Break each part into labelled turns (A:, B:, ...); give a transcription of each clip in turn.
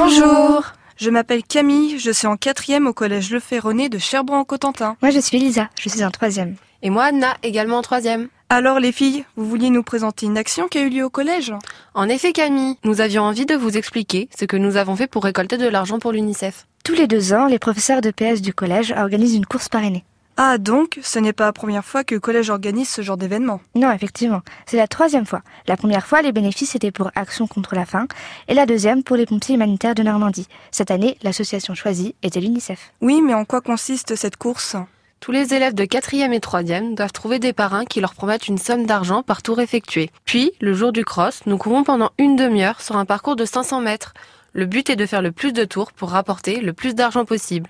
A: Bonjour.
B: Je m'appelle Camille, je suis en quatrième au collège Le Ferronnet de Cherbourg-en-Cotentin.
A: Moi, je suis Lisa, je suis en troisième.
C: Et moi, Anna, également en troisième.
B: Alors les filles, vous vouliez nous présenter une action qui a eu lieu au collège
C: En effet, Camille, nous avions envie de vous expliquer ce que nous avons fait pour récolter de l'argent pour l'UNICEF.
A: Tous les deux ans, les professeurs de PS du collège organisent une course parrainée.
B: Ah donc, ce n'est pas la première fois que le collège organise ce genre d'événement.
A: Non, effectivement, c'est la troisième fois. La première fois, les bénéfices étaient pour Action contre la faim, et la deuxième pour les pompiers humanitaires de Normandie. Cette année, l'association choisie était l'UNICEF.
B: Oui, mais en quoi consiste cette course
C: Tous les élèves de 4e et 3e doivent trouver des parrains qui leur promettent une somme d'argent par tour effectué. Puis, le jour du cross, nous courons pendant une demi-heure sur un parcours de 500 mètres. Le but est de faire le plus de tours pour rapporter le plus d'argent possible.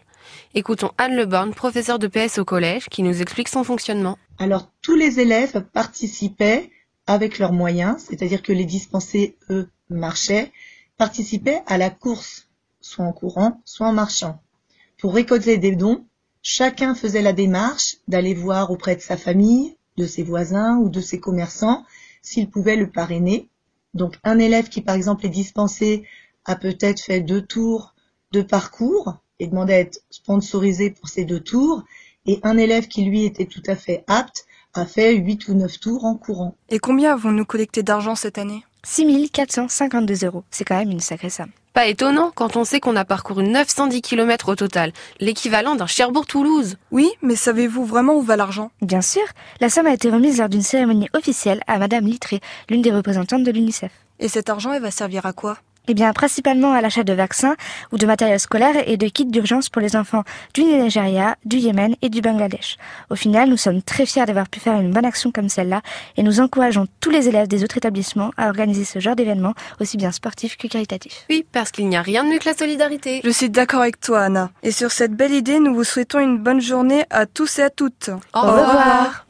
C: Écoutons Anne Leborn, professeure de PS au collège, qui nous explique son fonctionnement.
D: Alors, tous les élèves participaient avec leurs moyens, c'est-à-dire que les dispensés, eux, marchaient, participaient à la course, soit en courant, soit en marchant. Pour récolter des dons, chacun faisait la démarche d'aller voir auprès de sa famille, de ses voisins ou de ses commerçants s'il pouvait le parrainer. Donc, un élève qui, par exemple, est dispensé a peut-être fait deux tours de parcours, et demandait à être sponsorisé pour ces deux tours. Et un élève qui, lui, était tout à fait apte, a fait 8 ou 9 tours en courant.
B: Et combien avons-nous collecté d'argent cette année
A: 6 452 euros, c'est quand même une sacrée somme.
C: Pas étonnant quand on sait qu'on a parcouru 910 km au total, l'équivalent d'un Cherbourg-Toulouse.
B: Oui, mais savez-vous vraiment où va l'argent
A: Bien sûr, la somme a été remise lors d'une cérémonie officielle à Madame Littré, l'une des représentantes de l'UNICEF.
B: Et cet argent, il va servir à quoi
A: eh bien, principalement à l'achat de vaccins ou de matériel scolaire et de kits d'urgence pour les enfants du Nigeria, du Yémen et du Bangladesh. Au final, nous sommes très fiers d'avoir pu faire une bonne action comme celle-là et nous encourageons tous les élèves des autres établissements à organiser ce genre d'événements aussi bien sportifs que caritatifs.
C: Oui, parce qu'il n'y a rien de mieux que la solidarité.
B: Je suis d'accord avec toi, Anna. Et sur cette belle idée, nous vous souhaitons une bonne journée à tous et à toutes.
A: Au revoir.